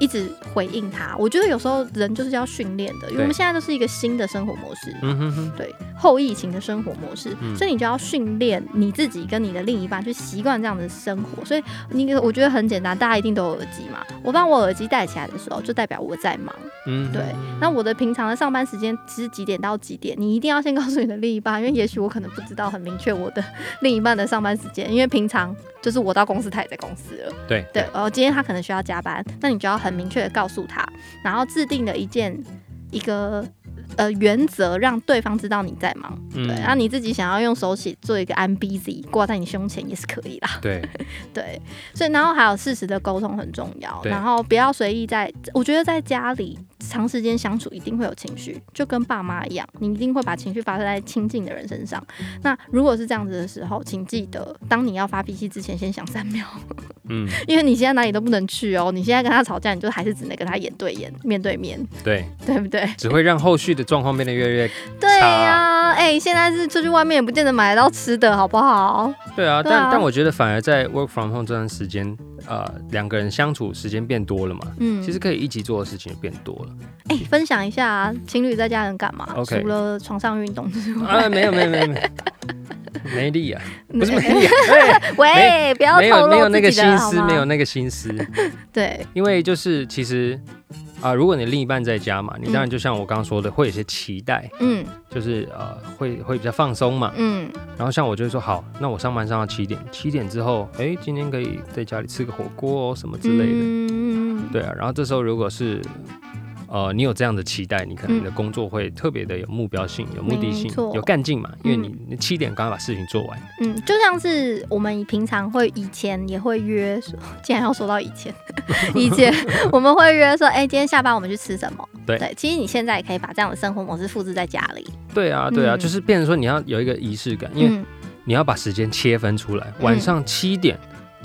Speaker 1: 一直回应他。我觉得有时候人就是要训练的，因为我们
Speaker 2: 对
Speaker 1: 现在就是一个新的生活模式，
Speaker 2: 嗯哼哼，
Speaker 1: 对后疫情的生活模式，
Speaker 2: 嗯
Speaker 1: 所以你就要训练你自己跟你的另一半去习惯这样的生活。所以你我觉得很简单，大家一定都有耳机嘛。我把我耳机戴起来的时候，就代表我在忙。
Speaker 2: 嗯哼
Speaker 1: 对，那我的平常的上班时间是几点到几点？你一定要先告诉你的另一半，因为也许我可能不知道很明确我的 *laughs* 另一半的上班时间，因为平常就是我到公司，他也在公司了。
Speaker 2: 对
Speaker 1: 对，然后今天他可能需要加班，那你就要很明确的告诉他，然后制定的一件一个呃原则，让对方知道你在忙。
Speaker 2: 嗯
Speaker 1: 对，啊然后你自己想要用手写做一个 I'm busy 挂在你胸前也是可以啦。
Speaker 2: 对，
Speaker 1: 对，所以然后还有适时的沟通很重要，
Speaker 2: 对
Speaker 1: 然后不要随意在，我觉得在家里长时间相处一定会有情绪，就跟爸妈一样，你一定会把情绪发在亲近的人身上。那如果是这样子的时候，请记得，当你要发脾气之前，先想三秒， *laughs*
Speaker 2: 嗯，
Speaker 1: 因为你现在哪里都不能去哦。你现在跟他吵架，你就还是只能跟他眼对眼、面对面，
Speaker 2: 对，
Speaker 1: 对不对？
Speaker 2: 只会让后续的状况变得越来越
Speaker 1: 对呀、哎、现在是出去外面也不见得买得到吃的，好不好？
Speaker 2: 对啊，
Speaker 1: 对啊
Speaker 2: 但但我觉得反而在 work from home 这段时间，呃，两个人相处时间变多了嘛，
Speaker 1: 嗯，
Speaker 2: 其实可以一起做的事情也变多了。
Speaker 1: 哎、分享一下、情侣在家能干嘛
Speaker 2: OK
Speaker 1: 除了床上运动 *laughs* 之外，
Speaker 2: 啊，没有没有没有没有，没
Speaker 1: *laughs*
Speaker 2: 力啊，不是没
Speaker 1: 没
Speaker 2: 力、啊，对
Speaker 1: 喂，不要
Speaker 2: 没有
Speaker 1: 透
Speaker 2: 没有
Speaker 1: 露
Speaker 2: 那
Speaker 1: 自
Speaker 2: 个
Speaker 1: 己的
Speaker 2: 心
Speaker 1: 好
Speaker 2: 思，
Speaker 1: 吗
Speaker 2: 没有那个心思，
Speaker 1: 对，
Speaker 2: 因为就是其实啊、如果你另一半在家嘛，你当然就像我刚刚说的，会有些期待，
Speaker 1: 嗯
Speaker 2: 就是呃，会会比较放松嘛。
Speaker 1: 嗯
Speaker 2: 然后像我就会说，好，那我上班上到七点，七点之后，哎，今天可以在家里吃个火锅哦，什么之类的。
Speaker 1: 嗯，
Speaker 2: 对啊，然后这时候如果是呃你有这样的期待，你可能你的工作会特别的有目标性、有目的性
Speaker 1: 嗯没错、
Speaker 2: 有干劲嘛，因为你你七点刚刚把事情做完，
Speaker 1: 嗯，就像是我们平常会以前也会约，竟然要说到以前， *laughs* 以前我们会约说，哎、今天下班我们去吃什么？
Speaker 2: 对
Speaker 1: 其实你现在也可以把这样的生活模式复制在家里，
Speaker 2: 对啊，对啊，
Speaker 1: 嗯
Speaker 2: 就是变成说你要有一个仪式感，因为
Speaker 1: 嗯
Speaker 2: 你要把时间切分出来，
Speaker 1: 嗯
Speaker 2: 晚上七点。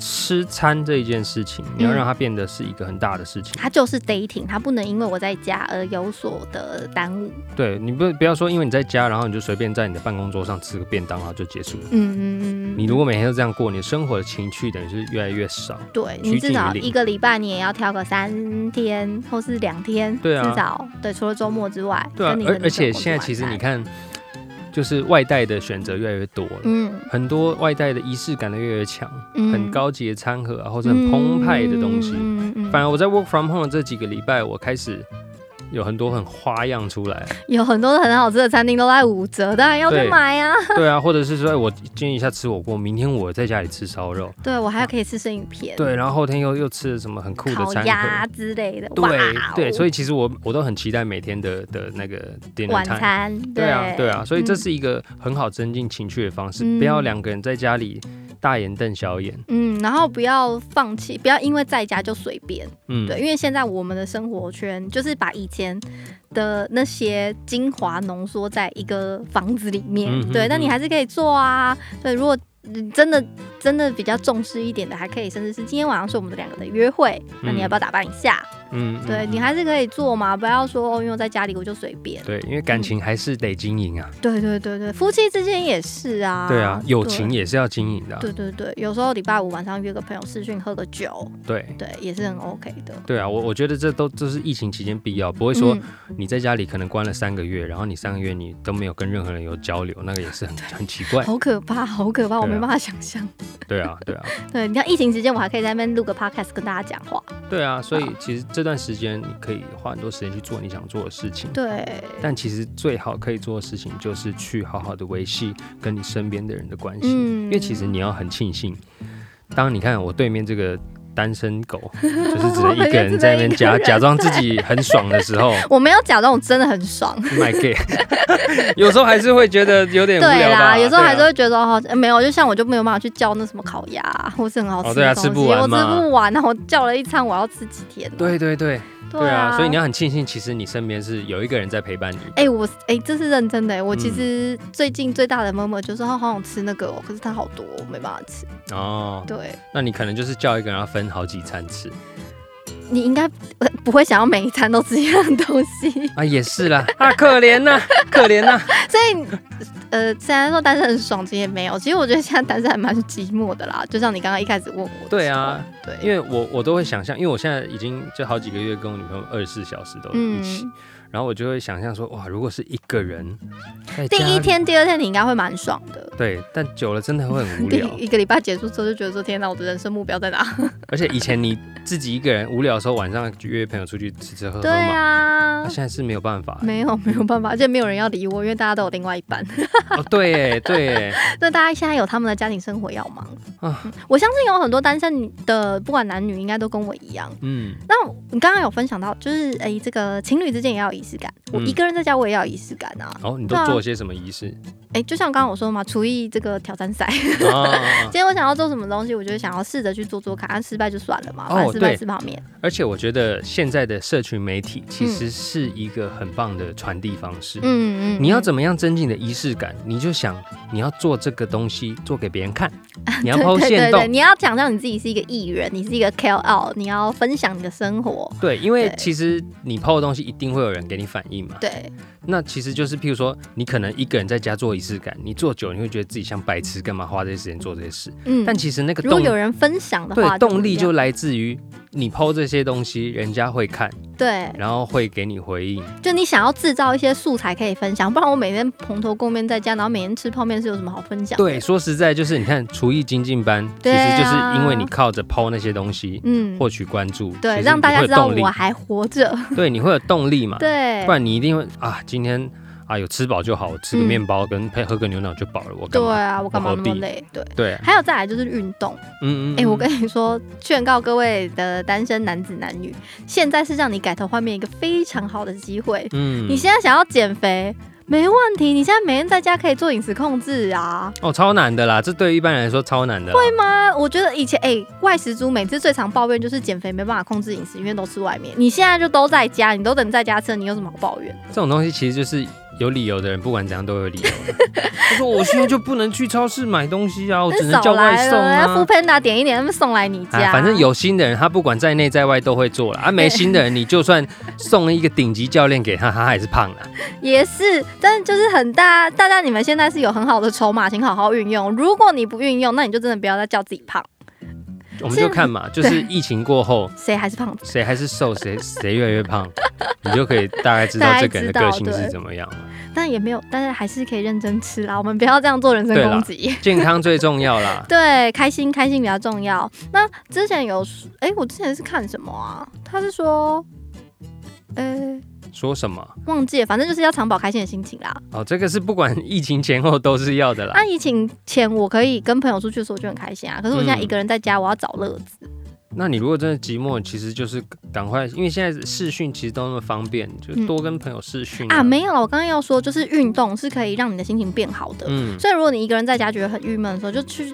Speaker 2: 吃餐这一件事情，你要让它变得是一个很大的事情。
Speaker 1: 它就是 dating，它不能因为我在家而有所的耽误。
Speaker 2: 对你不不要说，因为你在家，然后你就随便在你的办公桌上吃个便当，然后就结束了。
Speaker 1: 嗯嗯嗯嗯，
Speaker 2: 你如果每天都这样过，你的生活的情趣等于是越来越少。
Speaker 1: 对
Speaker 2: 趋
Speaker 1: 你
Speaker 2: 近
Speaker 1: 至
Speaker 2: 于
Speaker 1: 少
Speaker 2: 零
Speaker 1: 一个礼拜你也要挑个三天或是两天，
Speaker 2: 对啊
Speaker 1: 至少对，除了周末之外，
Speaker 2: 对啊
Speaker 1: 跟你，
Speaker 2: 而
Speaker 1: 跟你
Speaker 2: 而且
Speaker 1: 老公
Speaker 2: 现在
Speaker 1: 之
Speaker 2: 其实
Speaker 1: 外
Speaker 2: 你，看，就是外带的选择越来越多了，
Speaker 1: 嗯
Speaker 2: 很多外带的仪式感的越来越强，
Speaker 1: 嗯，
Speaker 2: 很高级的餐盒啊，或者很澎湃的东西。
Speaker 1: 嗯嗯嗯嗯
Speaker 2: 反而我在 work from home 的这几个礼拜，我开始有很多很花样出来，
Speaker 1: 有很多很好吃的餐厅都在五折，当然要去
Speaker 2: 对
Speaker 1: 买啊。
Speaker 2: 对啊，或者是说哎我今天一下吃火锅，明天我在家里吃烧肉，
Speaker 1: 对我还可以吃生鱼片，
Speaker 2: 对，然后后天又又吃了什么很酷的
Speaker 1: 烤
Speaker 2: 餐
Speaker 1: 鸭
Speaker 2: 盒。
Speaker 1: 之类的，哇
Speaker 2: 对
Speaker 1: 哦
Speaker 2: 对，所以其实我我都很期待每天的的那个 dinner
Speaker 1: 晚
Speaker 2: time，
Speaker 1: 餐，
Speaker 2: 对啊，对啊，所以这
Speaker 1: 嗯
Speaker 2: 是一个很好增进情趣的方式，
Speaker 1: 嗯
Speaker 2: 不要两个人在家里大眼瞪小眼。
Speaker 1: 嗯，然后不要放弃，不要因为在家就随便，
Speaker 2: 嗯，
Speaker 1: 对，因为现在我们的生活圈就是把以前的那些精华浓缩在一个房子里面，
Speaker 2: 嗯哼
Speaker 1: 对，
Speaker 2: 嗯
Speaker 1: 但你还是可以做啊，对，如果。嗯真的真的比较重视一点的，还可以，甚至是今天晚上是我们的两个的约会，那你要不要打扮一下？
Speaker 2: 嗯，嗯
Speaker 1: 对
Speaker 2: 嗯
Speaker 1: 你还是可以做嘛，不要说哦，因为我在家里我就随便。
Speaker 2: 对，因为感情还是得经营啊。
Speaker 1: 对对对对，夫妻之间也是啊。
Speaker 2: 对啊，友情也是要经营的啊、
Speaker 1: 对。对对对，有时候礼拜五晚上约个朋友视讯喝个酒，
Speaker 2: 对。
Speaker 1: 对，也是很 OK 的。
Speaker 2: 对啊，我我觉得这都这是疫情期间必要，不会说
Speaker 1: 嗯
Speaker 2: 你在家里可能关了三个月，然后你三个月你都没有跟任何人有交流，那个也是很很奇
Speaker 1: *laughs*
Speaker 2: 怪。
Speaker 1: 好可怕，好可怕，我
Speaker 2: 对啊
Speaker 1: 没办法想象。
Speaker 2: 对啊，对啊，
Speaker 1: 对，你看疫情期间，我还可以在那边录个 podcast 跟大家讲话。
Speaker 2: 对啊，所以其实这段时间你可以花很多时间去做你想做的事情。
Speaker 1: 对，
Speaker 2: 但其实最好可以做的事情就是去好好的维系跟你身边的人的关系，
Speaker 1: 嗯
Speaker 2: 因为其实你要很庆幸，当你看我对面这个单身狗，
Speaker 1: *laughs*
Speaker 2: 就是只能一个人在那边假
Speaker 1: 我们就只能一个人
Speaker 2: 假装自己很爽的时
Speaker 1: *laughs*
Speaker 2: 候 *laughs*
Speaker 1: 我没有假装我真的很爽。
Speaker 2: ，My gay，有时候还是会觉得有点无
Speaker 1: 对
Speaker 2: 聊吧，
Speaker 1: 啦，有时候还是
Speaker 2: 对啊
Speaker 1: 会觉得哦，没有，就像我就没有办法去叫那什么烤鸭，或是很好
Speaker 2: 哦
Speaker 1: 吃
Speaker 2: 对啊
Speaker 1: 的东西，
Speaker 2: 吃不完
Speaker 1: 我吃
Speaker 2: 嘛
Speaker 1: 不完，然后我叫了一餐，我要吃几天呢？
Speaker 2: 对对对
Speaker 1: 对啊，
Speaker 2: 所以你要很庆幸，其实你身边是有一个人在陪伴你。
Speaker 1: 哎、我哎、这是认真的、我其
Speaker 2: 嗯
Speaker 1: 实最近最大的妈妈就是她好想吃那个、哦，可是它好多，我没办法吃。
Speaker 2: 哦，
Speaker 1: 对
Speaker 2: 那你可能就是叫一个人要分好几餐吃
Speaker 1: 你应该呃不会想要每一餐都吃一样的东西，
Speaker 2: 啊，也是啦，啊，可怜呐、可怜呐、
Speaker 1: 所以呃，虽然说单身很爽，其实也没有。其实我觉得现在单身还蛮寂寞的啦，就像你刚刚一开始问我。
Speaker 2: 对啊，
Speaker 1: 对，
Speaker 2: 因为我我都会想象，因为我现在已经就好几个月跟我女朋友二十四小时都一起，
Speaker 1: 嗯，
Speaker 2: 然后我就会想象说，哇，如果是一个人在
Speaker 1: 第
Speaker 2: 家里
Speaker 1: 一，天、第二天你应该会蛮爽的。
Speaker 2: 对，但久了真的会很无
Speaker 1: 第
Speaker 2: 聊，
Speaker 1: 一个礼拜结束之后就觉得说，天哪，我的人生目标在哪？
Speaker 2: 而且以前你自己一个人无聊的时候，晚上约朋友出去吃吃喝喝
Speaker 1: 对
Speaker 2: 嘛，
Speaker 1: 啊，
Speaker 2: 那、，现在是没有办法
Speaker 1: 没有没有办法，而且没有人要理我，因为大家都有另外一半。 *laughs*
Speaker 2: 哦，对耶，对耶，
Speaker 1: 那大家现在有他们的家庭生活要忙
Speaker 2: 啊
Speaker 1: 嗯我相信有很多单身的，不管男女，应该都跟我一样。
Speaker 2: 嗯，
Speaker 1: 那我你刚刚有分享到，就是诶、这个情侣之间也要有仪仪式感。我
Speaker 2: 嗯
Speaker 1: 一个人在家我也要有仪式感啊。
Speaker 2: 哦，你都
Speaker 1: 对啊
Speaker 2: 做些什么仪式？ *laughs*
Speaker 1: 哎、就像刚刚我说的嘛，厨艺这个挑战赛， *laughs*
Speaker 2: 啊
Speaker 1: 今，天我想要做什么东西，我就想要试着去做做看，啊、失败就算了嘛，
Speaker 2: 哦
Speaker 1: 反正失败
Speaker 2: 对
Speaker 1: 吃泡面。
Speaker 2: 而且我觉得现在的社群媒体其实是一个很棒的传递方式。
Speaker 1: 嗯嗯，
Speaker 2: 你要
Speaker 1: 嗯
Speaker 2: 怎么样增进你的仪式感？你就想你要做这个东西，做给别人看，你要
Speaker 1: *laughs*
Speaker 2: 抛
Speaker 1: 对对对
Speaker 2: 线
Speaker 1: 对，
Speaker 2: 动。
Speaker 1: 你要讲到你自己是一个艺人，你是一个 KOL，你要分享你的生活。
Speaker 2: 对，因为
Speaker 1: 对
Speaker 2: 其实你抛的东西一定会有人给你反应嘛。
Speaker 1: 对，
Speaker 2: 那其实就是，譬如说，你可能一个人在家做仪式感，你做久了你会觉得自己像白痴，干嘛花这些时间做这些事？
Speaker 1: 嗯。
Speaker 2: 但其实那个
Speaker 1: 如果
Speaker 2: 动
Speaker 1: 有人分享的话，
Speaker 2: 对动力就
Speaker 1: 不一样
Speaker 2: 来自于你抛这些东西，人家会看，
Speaker 1: 对，
Speaker 2: 然后会给你回应。
Speaker 1: 就你想要制造一些素材可以分享，不然我每天蓬头垢面在家，然后每天吃泡面是有什么好分享？
Speaker 2: 对，，说实在就是，你看厨艺精进班，其
Speaker 1: 对啊
Speaker 2: 实就是因为你靠着抛那些东西
Speaker 1: 嗯，
Speaker 2: 获取关注，其
Speaker 1: 对，
Speaker 2: 实
Speaker 1: 让大家
Speaker 2: 你
Speaker 1: 知
Speaker 2: 会有
Speaker 1: 道
Speaker 2: 动力
Speaker 1: 我，还活着。 *laughs*
Speaker 2: 对，你会有动力嘛？
Speaker 1: 对
Speaker 2: 不，然你一定会啊，今天啊有吃饱就好，我吃个
Speaker 1: 嗯
Speaker 2: 面包跟配喝个牛奶就饱了，我
Speaker 1: 对
Speaker 2: 干嘛？
Speaker 1: 啊，我干嘛
Speaker 2: 我
Speaker 1: 那
Speaker 2: 何
Speaker 1: 么
Speaker 2: 必
Speaker 1: 累？对。
Speaker 2: 对，啊
Speaker 1: 还有再来就是运动，
Speaker 2: 嗯嗯，
Speaker 1: 哎、我
Speaker 2: 嗯
Speaker 1: 跟你说，劝告各位的单身男子男女，现在是让你改头换面一个非常好的机会。
Speaker 2: 嗯
Speaker 1: 你现在想要减肥，没问题，你现在每天在家可以做饮食控制啊。
Speaker 2: 哦，超难的啦，这对于一般人来说超难的啦。
Speaker 1: 对吗？我觉得以前哎、外食族每次最常抱怨就是减肥没办法控制饮食，因为都吃外面。你现在就都在家，你都等在家吃，你有什么好抱怨？
Speaker 2: 这种东西其实就是有理由的人，不管怎样都有理由
Speaker 1: *laughs*
Speaker 2: 的。他说我现在就不能去超市买东西啊，我只能
Speaker 1: 少
Speaker 2: 叫外
Speaker 1: 来
Speaker 2: 送
Speaker 1: 了，要
Speaker 2: 啊
Speaker 1: 付。Panda 点一点，他们送来你家。
Speaker 2: 啊，反正有心的人，他不管在内在外都会做了
Speaker 1: *laughs*
Speaker 2: 啊。没心的人，你就算送了一个顶级教练给他，他还是胖了。
Speaker 1: 也是，但是就是很大，大家你们现在是有很好的筹码，请好好运用。如果你不运用，那你就真的不要再叫自己胖，
Speaker 2: 我们就看嘛，就是疫情过后，
Speaker 1: 谁还是胖子？
Speaker 2: 谁还是瘦，谁谁越来
Speaker 1: *laughs*
Speaker 2: 越胖，你就可以大概知道这个人的个性是怎么样了。
Speaker 1: 但也没有，但是还是可以认真吃啦。我们不要这样做人身
Speaker 2: 对啦
Speaker 1: 攻击。。
Speaker 2: 健康最重要啦
Speaker 1: 对，开心开心比较重要。那之前有，哎、我之前是看什么啊？他是说，呃、
Speaker 2: 说什么？
Speaker 1: 忘记了，反正就是要常保开心的心情啦。
Speaker 2: 哦，这个是不管疫情前后都是要的啦
Speaker 1: 那。疫情前我可以跟朋友出去的时候，我就很开心啊。可是我现在
Speaker 2: 嗯
Speaker 1: 一个人在家，我要找乐子。
Speaker 2: 那你如果真的寂寞，其实就是赶快，因为现在视讯其实都那么方便，就
Speaker 1: 嗯
Speaker 2: 多跟朋友视讯
Speaker 1: 啊，没有了，我刚刚要说，就是运动是可以让你的心情变好的。
Speaker 2: 嗯，
Speaker 1: 所以如果你一个人在家觉得很郁闷的时候，就去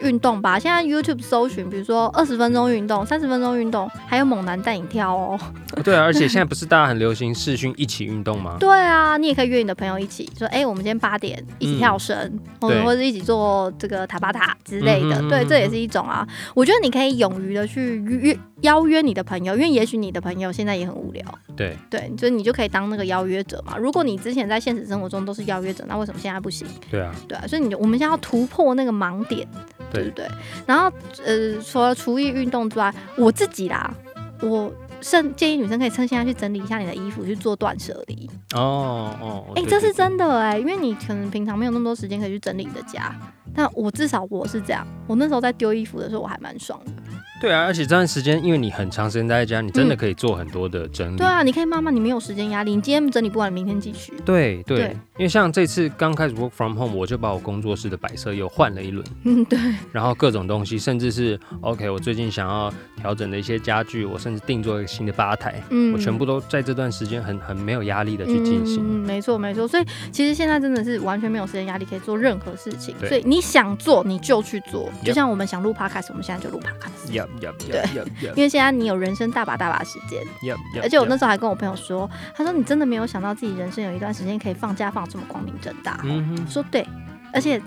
Speaker 1: 运动吧。现在 YouTube 搜寻，比如说二十分钟运动、三十分钟运动，还有猛男带你跳哦。
Speaker 2: 对啊，而且现在不是大家很流行视讯一起运动吗？
Speaker 1: 对啊，你也可以约你的朋友一起说，哎、我们今天八点一起跳绳，或者
Speaker 2: 对
Speaker 1: 或者一起做这个塔巴塔之类的。
Speaker 2: 嗯哼
Speaker 1: 对，
Speaker 2: 嗯
Speaker 1: 这也是一种啊。我觉得你可以勇于的去约邀约你的朋友，因为也许你的朋友现在也很无聊。
Speaker 2: 对，
Speaker 1: 对，所以你就可以当那个邀约者嘛。如果你之前在现实生活中都是邀约者，那为什么现在不行？
Speaker 2: 对啊，
Speaker 1: 对啊，所以你就我们现在要突破那个盲点，对
Speaker 2: 对
Speaker 1: 不对？然后呃，除了厨艺运动之外，我自己啦，我趁建议女生可以趁现在去整理一下你的衣服，去做断舍离。
Speaker 2: 哦哦，
Speaker 1: 哎、
Speaker 2: 对
Speaker 1: 这是，
Speaker 2: 对
Speaker 1: 真的哎、因为你可能平常没有那么多时间可以去整理你的家。但我至少我是这样，我那时候在丢衣服的时候我还蛮爽的。
Speaker 2: 对对啊，而且这段时间因为你很长时间待在家，你真的可以做很多的整理
Speaker 1: 嗯对。啊，你可以慢慢，你没有时间压力，你今天整理不完，明天继续。 *laughs*
Speaker 2: 对对
Speaker 1: 对
Speaker 2: 因为像这次刚开始 work from home，我就把我工作室的摆设又换了一轮，
Speaker 1: 嗯，对，
Speaker 2: 然后各种东西，甚至是 OK，我最近想要调整的一些家具，我甚至定做一个新的吧台，
Speaker 1: 嗯，
Speaker 2: 我全部都在这段时间很很没有压力的去进行。
Speaker 1: 嗯，没错没错，所以其实现在真的是完全没有时间压力，可以做任何事情。
Speaker 2: 对
Speaker 1: 所以你想做你就去做，
Speaker 2: Yep
Speaker 1: 就像我们想录 podcast，我们现在就录 podcast，
Speaker 2: Yup, yup, yup, yup, yup,
Speaker 1: 因为现在你有人生大把大把的时间。
Speaker 2: yup, yup,
Speaker 1: 而且我那
Speaker 2: yup
Speaker 1: 时候还跟我朋友说，他说你真的没有想到自己人生有一段时间可以放假放这么光明正大。哦
Speaker 2: 嗯哼
Speaker 1: 我说对，而且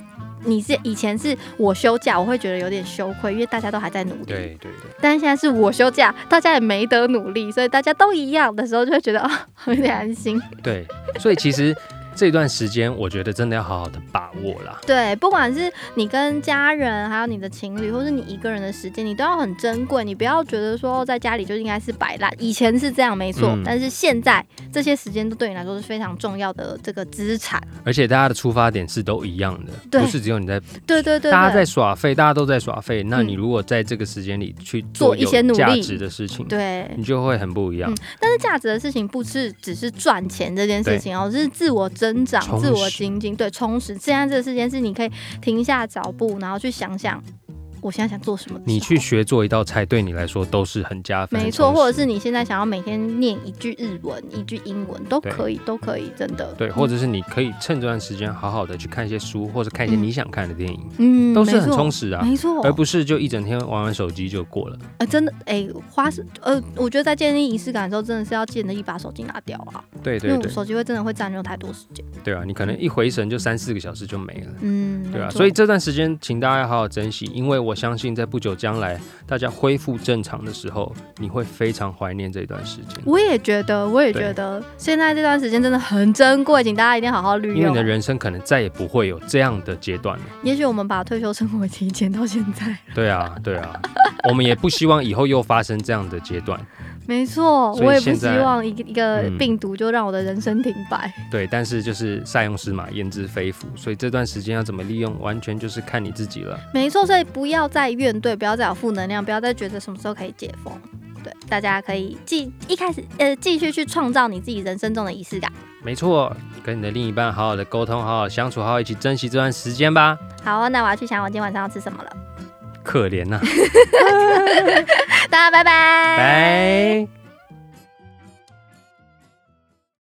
Speaker 1: 你是以前是我休假，我会觉得有点羞愧，因为大家都还在努力。
Speaker 2: 对对对，
Speaker 1: 但是现在是我休假，大家也没得努力，所以大家都一样的时候，就会觉得啊、 *laughs* 有点安心。
Speaker 2: 对，所以其实这段时间，我觉得真的要好好的把握啦。
Speaker 1: 对，不管是你跟家人，还有你的情侣，或是你一个人的时间，你都要很珍贵。你不要觉得说在家里就应该是摆烂，以前是这样没错，
Speaker 2: 嗯
Speaker 1: 但是现在这些时间都对你来说是非常重要的这个资产。
Speaker 2: 而且大家的出发点是都一样的，
Speaker 1: 对
Speaker 2: 不是只有你在，
Speaker 1: 对对对
Speaker 2: 大家在
Speaker 1: 对，
Speaker 2: 耍废，大家都在耍废。那
Speaker 1: 嗯
Speaker 2: 你如果在这个时间里去
Speaker 1: 做一
Speaker 2: 有
Speaker 1: 些努
Speaker 2: 价
Speaker 1: 力
Speaker 2: 值的事情，
Speaker 1: 对。
Speaker 2: 你就会很不一样
Speaker 1: 嗯。但是价值的事情不是只是赚钱这件事情哦，是自我增长
Speaker 2: 充、实
Speaker 1: 自我精进，对，充实。现在这个时间是你可以停下脚步，然后去想想我现在想做什么的时候，
Speaker 2: 你去学做一道菜，对你来说都是很加分。
Speaker 1: 没错，或者是你现在想要每天念一句日文、一句英文都
Speaker 2: 对
Speaker 1: 可以，都可以，真的。
Speaker 2: 对，或者是你可以趁这段时间好好的去看一些书，或者看一些
Speaker 1: 嗯
Speaker 2: 你想看的电影，
Speaker 1: 嗯，
Speaker 2: 都是
Speaker 1: 没
Speaker 2: 很
Speaker 1: 错
Speaker 2: 充实啊，
Speaker 1: 没错，
Speaker 2: 而不是就一整天玩玩手机就过了。
Speaker 1: 哎、真的，哎、花是呃，我觉得在建立仪式感的时候，真的是要记得一把手机拿掉啊，
Speaker 2: 对
Speaker 1: 因
Speaker 2: 对
Speaker 1: 为我
Speaker 2: 对，
Speaker 1: 手机会真的会占用太多时间。
Speaker 2: 对啊，你可能一回神就三四个小时就没了。
Speaker 1: 嗯，
Speaker 2: 对啊，
Speaker 1: 没错
Speaker 2: 所以这段时间请大家好好珍惜，因为我相信在不久将来大家恢复正常的时候，你会非常怀念这段时间，
Speaker 1: 我也觉得，我也
Speaker 2: 对
Speaker 1: 觉得现在这段时间真的很珍贵，请大家一定好好利
Speaker 2: 因为你的
Speaker 1: 用。
Speaker 2: 人生可能再也不会有这样的阶
Speaker 1: *laughs*
Speaker 2: 段了。
Speaker 1: 也许我们把退休生活提前到现在，
Speaker 2: 对啊，对啊，我们也不希望以后又发生这样的阶段。
Speaker 1: 没错，
Speaker 2: 所以
Speaker 1: 我也不
Speaker 2: 现
Speaker 1: 希
Speaker 2: 在
Speaker 1: 望一个一个
Speaker 2: 嗯
Speaker 1: 病毒就让我的人生停摆。
Speaker 2: 对，但是就是塞翁失马，焉知非福，所以这段时间要怎么利用，完全就是看你自己了。
Speaker 1: 没错，所以不要再怨怼，不要再有负能量，不要再觉得什么时候可以解封。对，大家可以继一开始呃继续去创造你自己人生中的仪式感。
Speaker 2: 没错，跟你的另一半好好的沟通，好好相处，好好一起珍惜这段时间吧。
Speaker 1: 好哦，那我要去想我今天晚上要吃什么了。
Speaker 2: 啊
Speaker 1: *laughs*
Speaker 2: 可怜呐、
Speaker 1: 大家拜拜。
Speaker 2: 拜。